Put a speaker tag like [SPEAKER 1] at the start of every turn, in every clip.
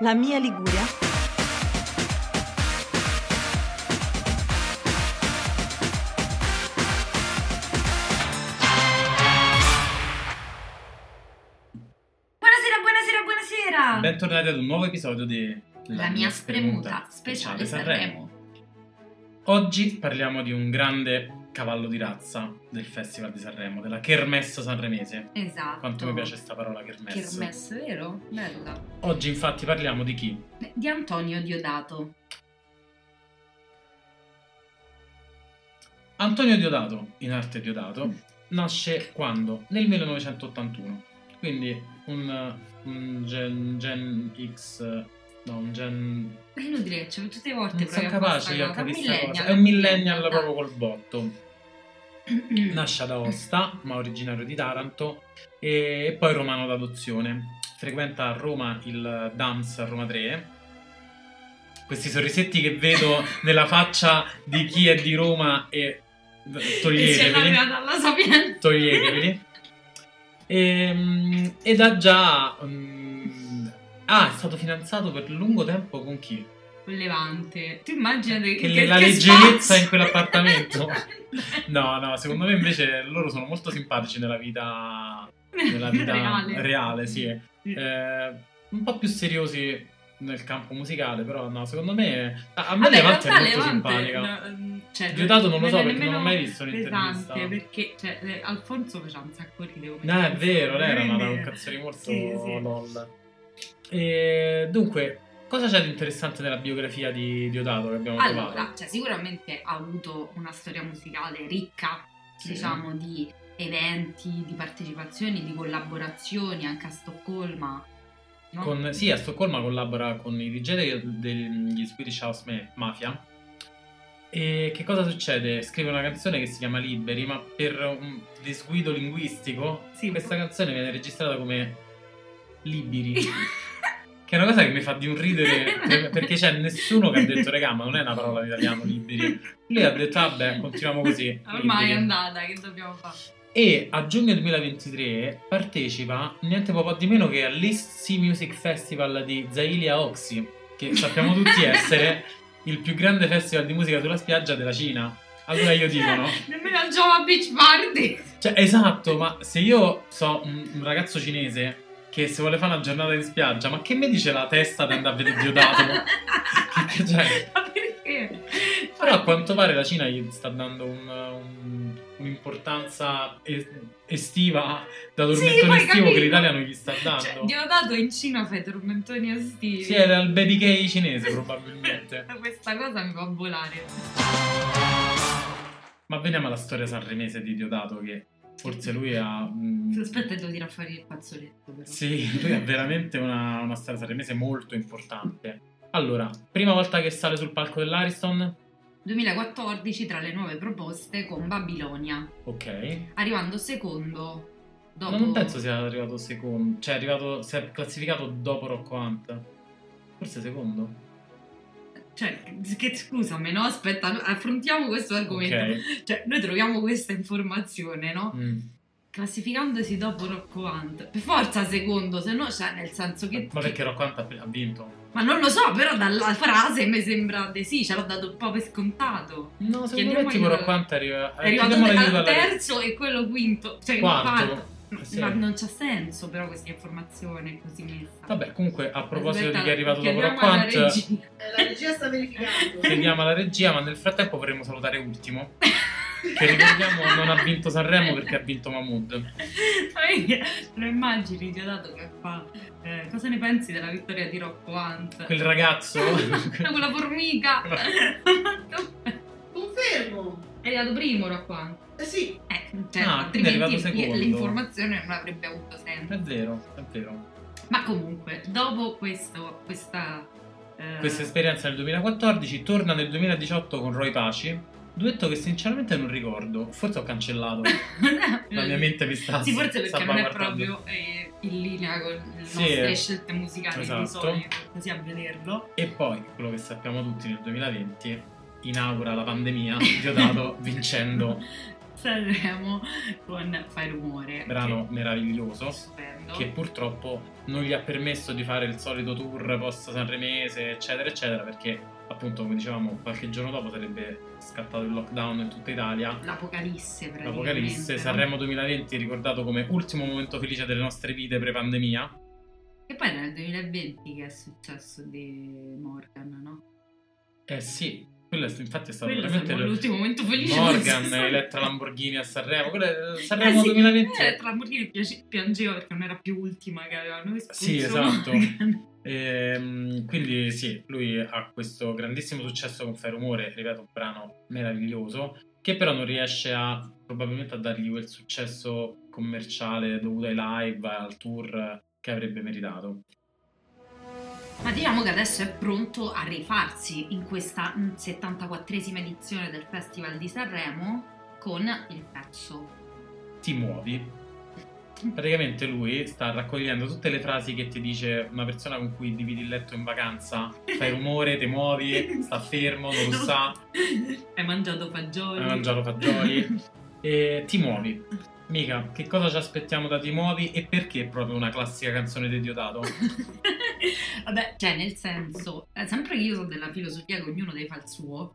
[SPEAKER 1] La mia Liguria.
[SPEAKER 2] Buonasera, buonasera, buonasera!
[SPEAKER 3] Bentornati ad un nuovo episodio di
[SPEAKER 2] Ah. La mia spremuta speciale Sanremo.
[SPEAKER 3] Oggi parliamo di un grande cavallo di razza del Festival di Sanremo, della Kermesse sanremese.
[SPEAKER 2] Esatto.
[SPEAKER 3] Quanto mi piace sta parola Kermesse.
[SPEAKER 2] Kermesse, vero? Bella.
[SPEAKER 3] Oggi infatti parliamo di chi?
[SPEAKER 2] Di Antonio Diodato.
[SPEAKER 3] Antonio Diodato, in arte
[SPEAKER 2] Mm.
[SPEAKER 3] Diodato, nasce quando? Nel 1981. Quindi un, un Gen, Gen X... No, un Gen...
[SPEAKER 2] È inutile, cioè, tutte le volte
[SPEAKER 3] Non sono
[SPEAKER 2] proviamo a
[SPEAKER 3] capace
[SPEAKER 2] fare
[SPEAKER 3] io a
[SPEAKER 2] una
[SPEAKER 3] capire
[SPEAKER 2] cosa.
[SPEAKER 3] questa cosa. È un millennial
[SPEAKER 2] Ah.
[SPEAKER 3] proprio col botto.
[SPEAKER 2] dai.
[SPEAKER 3] Nasce ad Aosta, ma originario di Taranto, e poi romano d'adozione. Frequenta a Roma il DAMS a Roma 3. Questi sorrisetti che vedo nella faccia di chi è di Roma e
[SPEAKER 2] Dice
[SPEAKER 3] toglieteveli.
[SPEAKER 2] laureata alla Sapienza.
[SPEAKER 3] Toglieteveli. Ehm, ed ha già... mm, ah, è stato fidanzato per lungo tempo con chi?
[SPEAKER 2] Levante. Tu immaginate
[SPEAKER 3] Che
[SPEAKER 2] che,
[SPEAKER 3] la
[SPEAKER 2] che
[SPEAKER 3] leggerezza
[SPEAKER 2] spazio.
[SPEAKER 3] in quell'appartamento. No, no, secondo me invece loro sono molto simpatici nella vita nella vita reale, sì. Eh, un po' più seriosi nel campo musicale, però no, secondo me a, a me
[SPEAKER 2] Vabbè, in realtà
[SPEAKER 3] Levante è molto
[SPEAKER 2] Levante,
[SPEAKER 3] simpatica.
[SPEAKER 2] no, cioè,
[SPEAKER 3] Diodato non lo so,
[SPEAKER 2] è
[SPEAKER 3] perché non l'ho
[SPEAKER 2] nemmeno
[SPEAKER 3] mai visto in
[SPEAKER 2] pesante,
[SPEAKER 3] intervista.
[SPEAKER 2] perché cioè, eh, Alfonso faceva un sacco ridere come
[SPEAKER 3] No, è
[SPEAKER 2] canzone,
[SPEAKER 3] vero, lei era una
[SPEAKER 2] quindi-
[SPEAKER 3] canzone molto
[SPEAKER 2] Sì, sì.
[SPEAKER 3] lol. E, dunque, cosa c'è di interessante nella biografia di Diodato che abbiamo
[SPEAKER 2] Allora,
[SPEAKER 3] trovato?
[SPEAKER 2] cioè, sicuramente ha avuto una storia musicale ricca,
[SPEAKER 3] Sì.
[SPEAKER 2] diciamo, di eventi, di partecipazioni, di collaborazioni anche a Stoccolma. No?
[SPEAKER 3] Con- sì, a Stoccolma collabora con i DJ de- degli Swedish House Ma- Mafia. E che cosa succede? Scrive una canzone che si chiama Liberi, ma per un disguido linguistico,
[SPEAKER 2] Sì,
[SPEAKER 3] questa canzone viene registrata come Liberi. Che è una cosa che mi fa di un ridere per- perché c'è nessuno che ha detto regà, ma non è una parola in italiano liberi. Lui ha detto vabbè, continuiamo così.
[SPEAKER 2] Ormai è
[SPEAKER 3] liberi".
[SPEAKER 2] andata, che dobbiamo fare?
[SPEAKER 3] E a giugno 2023 partecipa niente po' di meno che all'East Sea Music Festival di Zailia Oxy, che sappiamo tutti essere il più grande festival di musica sulla spiaggia della Cina. Allora io dico, no?
[SPEAKER 2] Nemmeno al Java Beach Party.
[SPEAKER 3] Cioè, esatto, ma se io so un, un ragazzo cinese che se vuole fare una giornata in spiaggia, ma che mi dice la testa di andare a vedere Diodato? Che cos'è?
[SPEAKER 2] Ma perché?
[SPEAKER 3] Però a quanto pare la Cina gli sta dando un- un- un'importanza es- estiva da tormentone
[SPEAKER 2] poi
[SPEAKER 3] estivo che
[SPEAKER 2] capito.
[SPEAKER 3] l'Italia non gli sta dando.
[SPEAKER 2] Cioè, Diodato in Cina fai tormentoni estivi.
[SPEAKER 3] sì, era il baby gay cinese probabilmente.
[SPEAKER 2] Questa cosa mi fa volare.
[SPEAKER 3] Ma veniamo alla storia sanremese di Diodato che forse lui ha... mh,
[SPEAKER 2] Aspetta, devo tirare fuori il fazzoletto. Però.
[SPEAKER 3] Sì, lui è veramente una, una storia sanremese molto importante. Allora, prima volta che sale sul palco dell'Ariston,
[SPEAKER 2] 2014 tra le nuove proposte con Babilonia,
[SPEAKER 3] ok.
[SPEAKER 2] arrivando secondo dopo...
[SPEAKER 3] Ma non penso sia arrivato secondo, cioè è arrivato, si è classificato dopo Rocco Hunt. Forse secondo.
[SPEAKER 2] Cioè, che scusami, no? Aspetta, affrontiamo questo argomento.
[SPEAKER 3] Ok.
[SPEAKER 2] Cioè, noi troviamo questa informazione, no?
[SPEAKER 3] Mm.
[SPEAKER 2] Classificandosi dopo Rocco Hunt. Per forza secondo, se no, cioè, nel senso che...
[SPEAKER 3] Ma perché Rocco Hunt ha- ha vinto?
[SPEAKER 2] Ma non lo so, però dalla frase mi sembra di sì, ce l'ho dato un po' per scontato.
[SPEAKER 3] No, secondo me
[SPEAKER 2] Chiediamo
[SPEAKER 3] tipo
[SPEAKER 2] aiuto.
[SPEAKER 3] Rocco Hunt arriva... eh,
[SPEAKER 2] È arrivato
[SPEAKER 3] chiediamo
[SPEAKER 2] al
[SPEAKER 3] l'aiuto alla-
[SPEAKER 2] terzo e quello quinto. Cioè,
[SPEAKER 3] Quarto. Eh,
[SPEAKER 2] Ma,
[SPEAKER 3] Sì.
[SPEAKER 2] ma non c'ha senso però questa informazione così messa.
[SPEAKER 3] Vabbè, comunque a proposito
[SPEAKER 2] Aspetta,
[SPEAKER 3] di chi è arrivato dopo cioè,
[SPEAKER 2] chiediamo
[SPEAKER 3] Rocco
[SPEAKER 2] alla
[SPEAKER 3] Hunt,
[SPEAKER 2] regia.
[SPEAKER 4] Eh, La regia sta verificando.
[SPEAKER 3] chiediamo alla regia, ma nel frattempo vorremmo salutare Ultimo, che ricordiamo non ha vinto Sanremo perché ha vinto Mahmood.
[SPEAKER 2] Lo immagini, Diodato che fa. eh, cosa ne pensi della vittoria di Rocco Hunt?
[SPEAKER 3] Quel ragazzo...
[SPEAKER 2] Quella formica.
[SPEAKER 4] Confermo.
[SPEAKER 2] Esatto. è arrivato primo Rocco Hunt.
[SPEAKER 4] Eh sì,
[SPEAKER 2] Eh, cioè,
[SPEAKER 3] Ah, quindi è
[SPEAKER 2] altrimenti
[SPEAKER 3] arrivato secondo.
[SPEAKER 2] l'informazione non avrebbe avuto senso.
[SPEAKER 3] è vero, è vero.
[SPEAKER 2] Ma comunque, dopo questo, questa. eh,
[SPEAKER 3] Questa esperienza nel 2014 torna nel 2018 con Roy Paci, duetto che sinceramente non ricordo, forse ho cancellato. La mia mente mi sta
[SPEAKER 2] Sì, forse perché
[SPEAKER 3] sta
[SPEAKER 2] non è
[SPEAKER 3] guardando.
[SPEAKER 2] proprio eh, in linea con le
[SPEAKER 3] Sì, eh,
[SPEAKER 2] nostre scelte musicali
[SPEAKER 3] esatto.
[SPEAKER 2] di solito, così a vederlo.
[SPEAKER 3] E poi, quello che Ah, sappiamo tutti nel 2020, inaugura la pandemia Diodato vincendo
[SPEAKER 2] Sanremo con Fai rumore.
[SPEAKER 3] brano meraviglioso
[SPEAKER 2] che- Stupendo.
[SPEAKER 3] che purtroppo non gli ha permesso di fare il solito tour post Sanremese, eccetera, eccetera, perché appunto, come dicevamo, qualche giorno dopo sarebbe scattato il lockdown in tutta Italia.
[SPEAKER 2] L'Apocalisse, praticamente.
[SPEAKER 3] L'Apocalisse,
[SPEAKER 2] no?
[SPEAKER 3] Sanremo 2020 ricordato come ultimo momento felice delle nostre vite pre-pandemia.
[SPEAKER 2] E poi era nel 2020 che è successo di Morgan, no?
[SPEAKER 3] Eh sì, quello è- infatti è stato
[SPEAKER 2] Quello
[SPEAKER 3] veramente
[SPEAKER 2] sembra l'ultimo momento felice.
[SPEAKER 3] Morgan,
[SPEAKER 2] forse.
[SPEAKER 3] Elettra Lamborghini a Sanremo, quello è
[SPEAKER 2] Eh
[SPEAKER 3] Sanremo
[SPEAKER 2] sì,
[SPEAKER 3] 2020.
[SPEAKER 2] eh, tra Lamborghini piace- piangeva perché non era più ultima che avevano espulso
[SPEAKER 3] Sì, esatto.
[SPEAKER 2] Morgan.
[SPEAKER 3] Ehm, quindi sì, lui ha questo grandissimo successo con Fai Rumore, ripeto, un brano meraviglioso, che però non riesce a probabilmente a dargli quel successo commerciale dovuto ai live, al tour che avrebbe meritato.
[SPEAKER 2] Ma diciamo che adesso è pronto a rifarsi in questa 74esima edizione del Festival di Sanremo con il pezzo.
[SPEAKER 3] Ti muovi. Praticamente lui sta raccogliendo tutte le frasi che ti dice una persona con cui dividi il letto in vacanza, fai rumore, ti muovi, sta fermo, non lo sa,
[SPEAKER 2] Hai mangiato fagioli.
[SPEAKER 3] hai mangiato fagioli, E ti muovi. Mica, che cosa ci aspettiamo da Ti muovi e perché è proprio una classica canzone di Diodato?
[SPEAKER 2] Vabbè, cioè nel senso, eh, sempre che io sono della filosofia che ognuno deve fare il suo,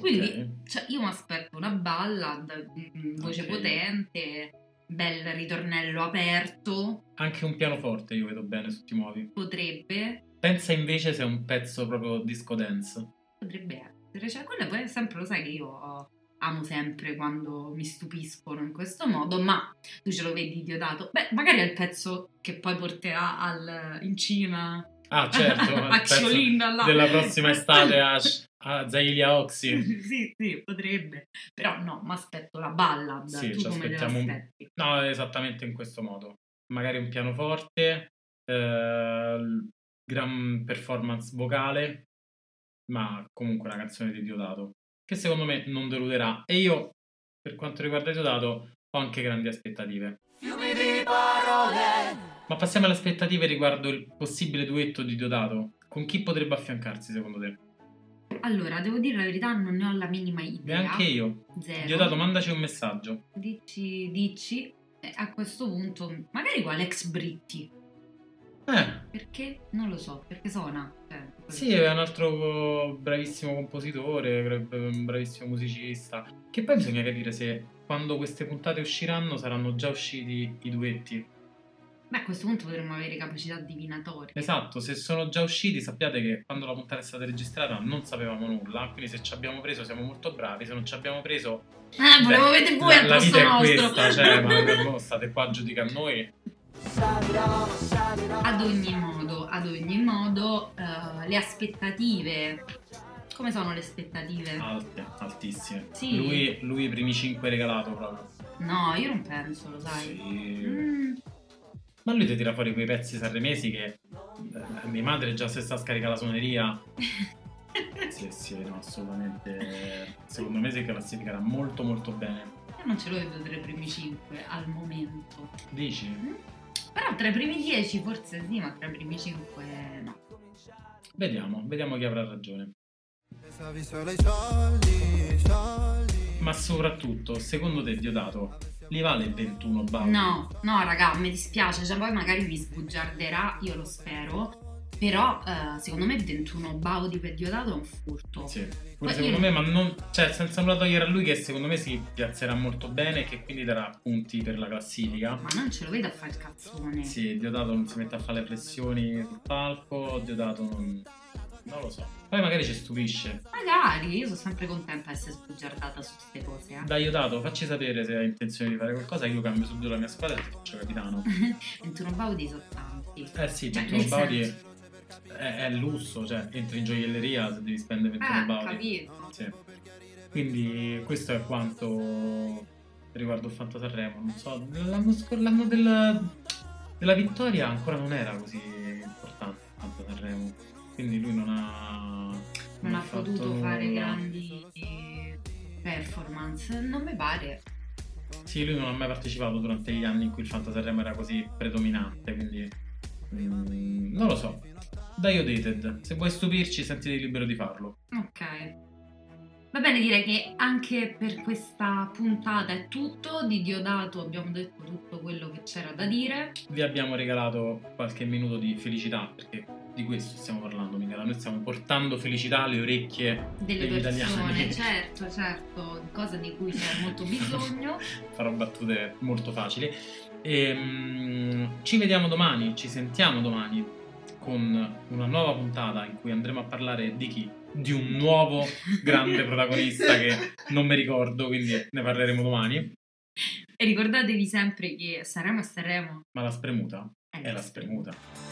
[SPEAKER 2] quindi cioè, io mi aspetto una ballad, mm, voce
[SPEAKER 3] Ok.
[SPEAKER 2] potente, bel ritornello aperto,
[SPEAKER 3] Anche un pianoforte io vedo bene su Ti muovi.
[SPEAKER 2] potrebbe,
[SPEAKER 3] Pensa invece se è un pezzo proprio disco dance.
[SPEAKER 2] potrebbe essere, cioè quello poi è sempre, lo sai che io amo sempre quando mi stupiscono in questo modo, ma tu ce lo vedi Diodato, beh magari è il pezzo che poi porterà al, in Cina
[SPEAKER 3] Ah, certo,
[SPEAKER 2] a
[SPEAKER 3] il pezzo
[SPEAKER 2] Ciolinda là.
[SPEAKER 3] della prossima estate a, a Zailia Oxy.
[SPEAKER 2] sì, sì, potrebbe. Però no, mi aspetto la ballad.
[SPEAKER 3] Sì,
[SPEAKER 2] tu
[SPEAKER 3] ci
[SPEAKER 2] come te
[SPEAKER 3] aspettiamo un-
[SPEAKER 2] l'aspetti?
[SPEAKER 3] No, esattamente in questo modo. Magari un pianoforte, eh, gran performance vocale, ma comunque una canzone di Diodato, che secondo me non deluderà. E io, per quanto riguarda Diodato, ho anche grandi aspettative.
[SPEAKER 1] Fiumi di parole,
[SPEAKER 3] Ma passiamo alle aspettative riguardo il possibile duetto di Diodato. Con chi potrebbe affiancarsi secondo te?
[SPEAKER 2] Allora, devo dire la verità, non ne ho la minima idea.
[SPEAKER 3] Neanche io.
[SPEAKER 2] Zero.
[SPEAKER 3] Diodato, mandaci un messaggio.
[SPEAKER 2] Dici, dici. eh, a questo punto, magari quale ex Britti.
[SPEAKER 3] Eh,
[SPEAKER 2] Perché? Non lo so, perché suona. Cioè,
[SPEAKER 3] Sì, eh. è un altro bravissimo compositore, gra- un bravissimo musicista. Che poi bisogna capire se quando queste puntate usciranno saranno già usciti i duetti.
[SPEAKER 2] Beh, a questo punto potremmo avere capacità divinatorie.
[SPEAKER 3] Esatto, se sono già usciti sappiate che quando la puntata è stata registrata non sapevamo nulla, quindi se ci abbiamo preso siamo molto bravi, se non ci abbiamo preso...
[SPEAKER 2] Eh, volevo
[SPEAKER 3] beh,
[SPEAKER 2] vedere voi
[SPEAKER 3] la,
[SPEAKER 2] al
[SPEAKER 3] la
[SPEAKER 2] posto
[SPEAKER 3] vita è
[SPEAKER 2] nostro.
[SPEAKER 3] questa, cioè, ma per voi state qua a giudicare noi.
[SPEAKER 2] Ad ogni modo, ad ogni modo, eh, le aspettative. Come sono le aspettative?
[SPEAKER 3] Alte, altissime.
[SPEAKER 2] Sì.
[SPEAKER 3] Lui, lui i primi 5 regalato proprio.
[SPEAKER 2] No, io non penso, lo sai.
[SPEAKER 3] Sì.
[SPEAKER 2] Mm,
[SPEAKER 3] Ma lui ti tira fuori quei pezzi sanremesi che eh, mia madre già se sta scarica la suoneria. Sì, sì, no, assolutamente. Secondo me si classificherà molto molto bene.
[SPEAKER 2] Io non ce l'ho vedo tra i primi 5 al momento.
[SPEAKER 3] Dici?
[SPEAKER 2] Mm, Però tra i primi 10 forse sì, ma tra i primi 5 no.
[SPEAKER 3] Vediamo, vediamo chi avrà ragione.
[SPEAKER 1] pensavi solo ai soldi, soldi.
[SPEAKER 3] Ma soprattutto, secondo te Diodato, li vale il 21 Baudi?
[SPEAKER 2] No, no, raga, mi dispiace, cioè poi magari vi sbugiarderà, io lo spero. Però eh, secondo me 21 baudi per Diodato è un furto.
[SPEAKER 3] Sì,
[SPEAKER 2] Poi
[SPEAKER 3] pure secondo
[SPEAKER 2] io-
[SPEAKER 3] me, ma non, cioè, senza nulla togliere a lui che secondo me si piazzerà molto bene e che quindi darà punti per la classifica.
[SPEAKER 2] Ma non ce lo vedo a fare il cazzone.
[SPEAKER 3] Sì, Diodato non si mette a fare le flessioni sul palco, Diodato non... non lo so. Poi magari ci stupisce.
[SPEAKER 2] Magari, io sono sempre contenta di essere sbugiardata su queste cose. eh.
[SPEAKER 3] Dai Diodato, facci sapere se hai intenzione di fare qualcosa, io cambio subito la mia squadra e ti faccio capitano.
[SPEAKER 2] 21 baudi sono tanti.
[SPEAKER 3] Eh sì,
[SPEAKER 2] Cioè,
[SPEAKER 3] 21
[SPEAKER 2] nel
[SPEAKER 3] baudi è,
[SPEAKER 2] senso-
[SPEAKER 3] è- è lusso, cioè entri in gioielleria se devi spendere 21
[SPEAKER 2] Ah,
[SPEAKER 3] baudi.
[SPEAKER 2] capito.
[SPEAKER 3] Sì. Quindi questo è quanto riguardo il Fanta Sanremo, non so, l'anno, scor- l'anno della, della vittoria ancora non era così importante il Fanta Sanremo, quindi lui non ha...
[SPEAKER 2] non ha
[SPEAKER 3] fatto
[SPEAKER 2] potuto fare
[SPEAKER 3] nulla.
[SPEAKER 2] grandi eh, performance. Non mi pare.
[SPEAKER 3] Sì, lui non ha mai partecipato durante gli anni in cui il Fantasarremo era così predominante, quindi mm, non lo so. Dai Dated, se vuoi stupirci sentiti libero di farlo.
[SPEAKER 2] Ok. Va bene dire che anche per questa puntata è tutto, di Diodato abbiamo detto tutto quello che c'era da dire.
[SPEAKER 3] Vi abbiamo regalato qualche minuto di felicità, perché di questo stiamo parlando, Michela. Noi stiamo portando felicità alle orecchie
[SPEAKER 2] delle
[SPEAKER 3] degli
[SPEAKER 2] persone,
[SPEAKER 3] italiani.
[SPEAKER 2] certo, certo, cosa di cui c'è molto bisogno.
[SPEAKER 3] Farò battute molto facili. Ehm, ci vediamo domani, ci sentiamo domani con una nuova puntata in cui andremo a parlare di chi? Di un nuovo grande protagonista che non mi ricordo, quindi ne parleremo domani.
[SPEAKER 2] e ricordatevi sempre che saremo e saremo
[SPEAKER 3] Ma la spremuta
[SPEAKER 2] è
[SPEAKER 3] è la spremuta.
[SPEAKER 1] Spremuta.